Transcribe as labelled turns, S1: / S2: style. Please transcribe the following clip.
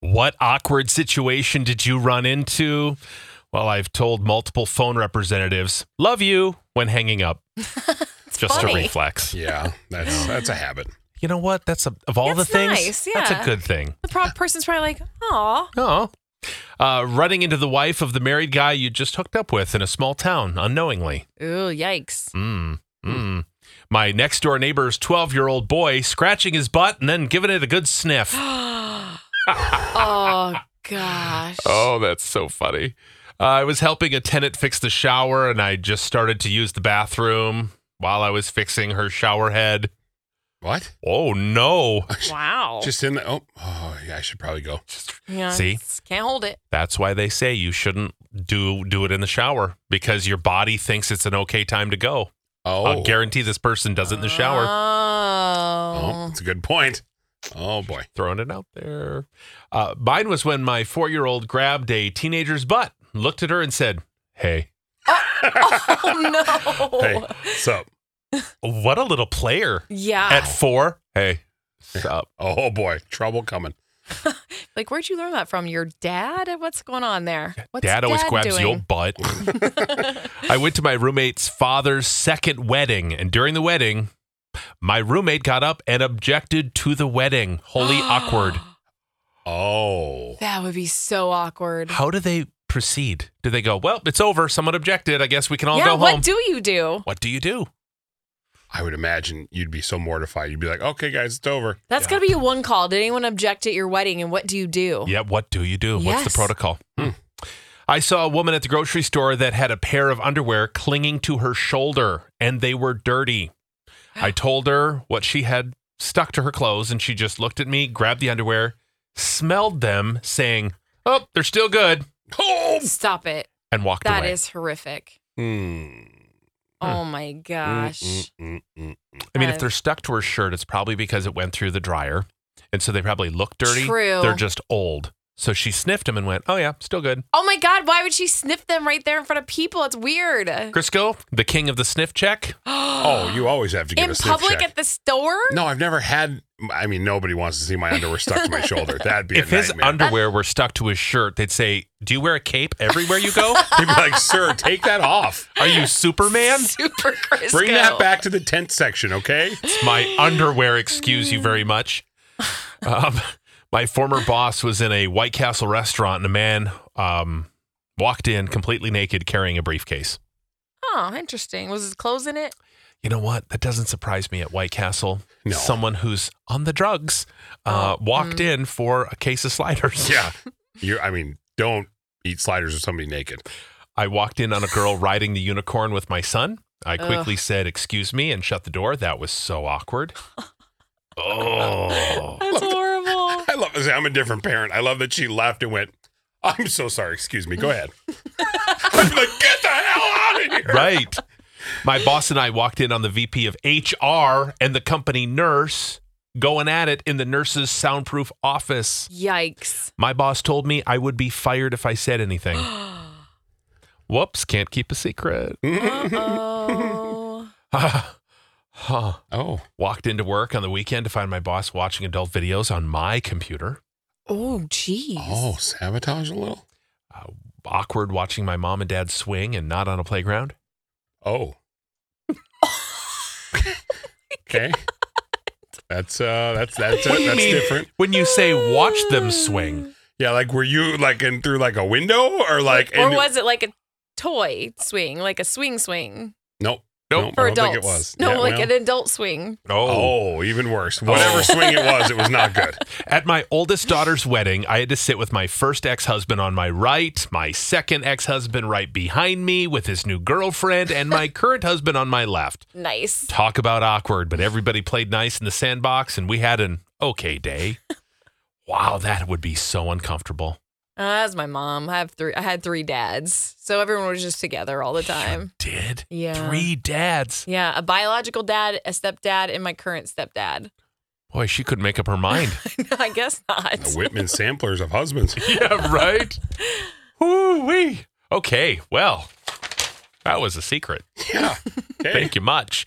S1: What awkward situation did you run into? Well, I've told multiple phone representatives, love you when hanging up. Just
S2: funny.
S1: a reflex.
S3: Yeah, that's that's a habit.
S1: You know what? That's a, of all
S2: That's
S1: the things,
S2: nice,
S1: that's a
S2: yeah.
S1: good thing.
S2: The prop person's probably like, "Aw,
S1: Oh. Uh, running into the wife of the married guy you just hooked up with in a small town unknowingly.
S2: ooh, yikes."
S1: Mm. Mm. My next door neighbor's 12 year old boy scratching his butt and then giving it a good sniff.
S2: Oh gosh.
S1: Oh, that's so funny. Uh, I was helping a tenant fix the shower, and I just started to use the bathroom while I was fixing her shower head.
S3: What?
S1: Oh no!
S2: Wow.
S3: Just in the oh, oh yeah, I should probably go.
S2: yeah,
S1: see?
S2: it's- can't hold it.
S1: That's why they say you shouldn't do do it in the shower because your body thinks it's an okay time to go.
S3: Oh,
S1: I'll guarantee this person does it in the shower.
S2: Ah.
S3: oh,
S2: Oh.
S3: that's a good point. Oh boy.
S1: Throwing it out there. Uh, mine was when my four year old grabbed a teenager's butt, looked at her, and said, "Hey,
S2: Oh, no.
S3: Hey, so
S1: what a little player
S2: Yeah.
S1: at four. Hey, sup."
S3: oh boy, trouble coming.
S2: like, where'd you learn that from? Your dad? What's going on there? What's
S1: dad always grabs
S2: doing?
S1: your butt. I went to my roommate's father's second wedding, and during the wedding, my roommate got up and objected to the wedding. Holy awkward.
S3: Oh,
S2: That would be so awkward.
S1: How do they proceed? Do they go, well, it's over. Someone objected. I guess we can all
S2: yeah,
S1: go
S2: what
S1: home.
S2: do you do?
S1: what do you do?
S3: I would imagine you'd be so mortified. You'd be like, okay, guys, it's over.
S2: That's
S1: Yeah.
S2: got to be a one call. Did anyone object at your wedding? And what do you do?
S1: Yeah, what do you do? What's the
S2: Yes.
S1: protocol? Hmm. I saw a woman at the grocery store that had a pair of underwear clinging to her shoulder and they were dirty. I told her what she had stuck to her clothes and she just looked at me, grabbed the underwear, smelled them, saying, Oh, they're still good,
S3: Oh,
S2: Stop it.
S1: and walked
S2: That is
S1: away.
S2: horrific.
S3: Mm.
S1: Hmm.
S2: Oh my gosh.
S3: Mm, mm, mm, mm.
S1: I mean, if
S2: I've-
S1: they're stuck to her shirt, it's probably because it went through the dryer. And so they probably look dirty.
S2: True.
S1: They're just old. So she sniffed them and went, Oh, yeah, still good.
S2: Oh my God, why would she sniff them right there in front of people? It's weird.
S1: Crisco, the king of the sniff check.
S3: Oh, you always have to give
S2: in
S3: a sniff
S2: public
S3: check.
S2: at the store?
S3: no, I've never had. I mean, nobody wants to see my underwear stuck to my shoulder. That'd be
S1: if
S3: a
S1: his
S3: nightmare.
S1: underwear were stuck to his shirt, they'd say, "Do you wear a cape everywhere you go?
S3: He'd be like, "Sir, take that off.
S1: Are you Superman?"
S2: Super Crisco.
S3: Bring that back to the tent section, okay?"
S1: It's my underwear. Excuse you very much. Um, my former boss was in a White Castle restaurant, and a man um, walked in completely naked, carrying a briefcase.
S2: Oh, interesting. Was his clothes in it?
S1: You know what? That doesn't surprise me at White Castle.
S3: No.
S1: Someone who's on the drugs uh, walked in for a case of sliders.
S3: Yeah, you. I mean, don't eat sliders with somebody naked.
S1: I walked in on a girl riding the unicorn with my son. I quickly said, "Excuse me," and shut the door. That was so awkward. Oh,
S2: That's horrible.
S3: I love. I'm a different parent. I love that she left and went. I'm so sorry. Excuse me. Go ahead. I'm like, get the hell out of here.
S1: right. My boss and I walked in on the VP of HR and the company nurse going at it in the nurse's soundproof office.
S2: Yikes.
S1: My boss told me I would be fired if I said anything. Whoops, can't keep a secret.
S2: Oh.
S1: Huh.
S3: Oh,
S1: Walked into work on the weekend to find my boss watching adult videos on my computer.
S2: Oh, jeez.
S3: oh, sabotage a little.
S1: uh, Awkward watching my mom and dad swing and not on a playground.
S3: Oh. okay. That's uh, that's that's
S1: What do you
S3: that's
S1: mean
S3: different.
S1: when you say watch them swing?
S3: Yeah, like were you like in through like a window or like
S2: or
S3: in,
S2: was it like a toy swing, like a swing swing
S3: Nope.
S1: Nope.
S2: for
S3: I don't
S2: adults?
S3: think it was.
S2: No,
S3: Yeah,
S2: like
S3: well-
S2: an adult swing.
S3: Oh, even worse. Whatever swing it was, it was not good.
S1: At my oldest daughter's wedding, I had to sit with my first ex husband on my right, my second ex husband right behind me with his new girlfriend, and my current husband on my left.
S2: Nice.
S1: Talk about awkward, but everybody played nice in the sandbox and we had an okay day. Wow, that would be so uncomfortable.
S2: Uh, that's my mom. I have three. I had three dads, so everyone was just together all the time.
S1: You did?
S2: Yeah.
S1: Three dads.
S2: Yeah, a biological dad, a stepdad, and my current stepdad.
S1: Boy, she couldn't make up her mind.
S2: I guess not.
S3: The Whitman samplers of husbands.
S1: yeah, right? Ooh wee. Okay, well, that was a secret.
S3: Yeah. Okay.
S1: Thank you much.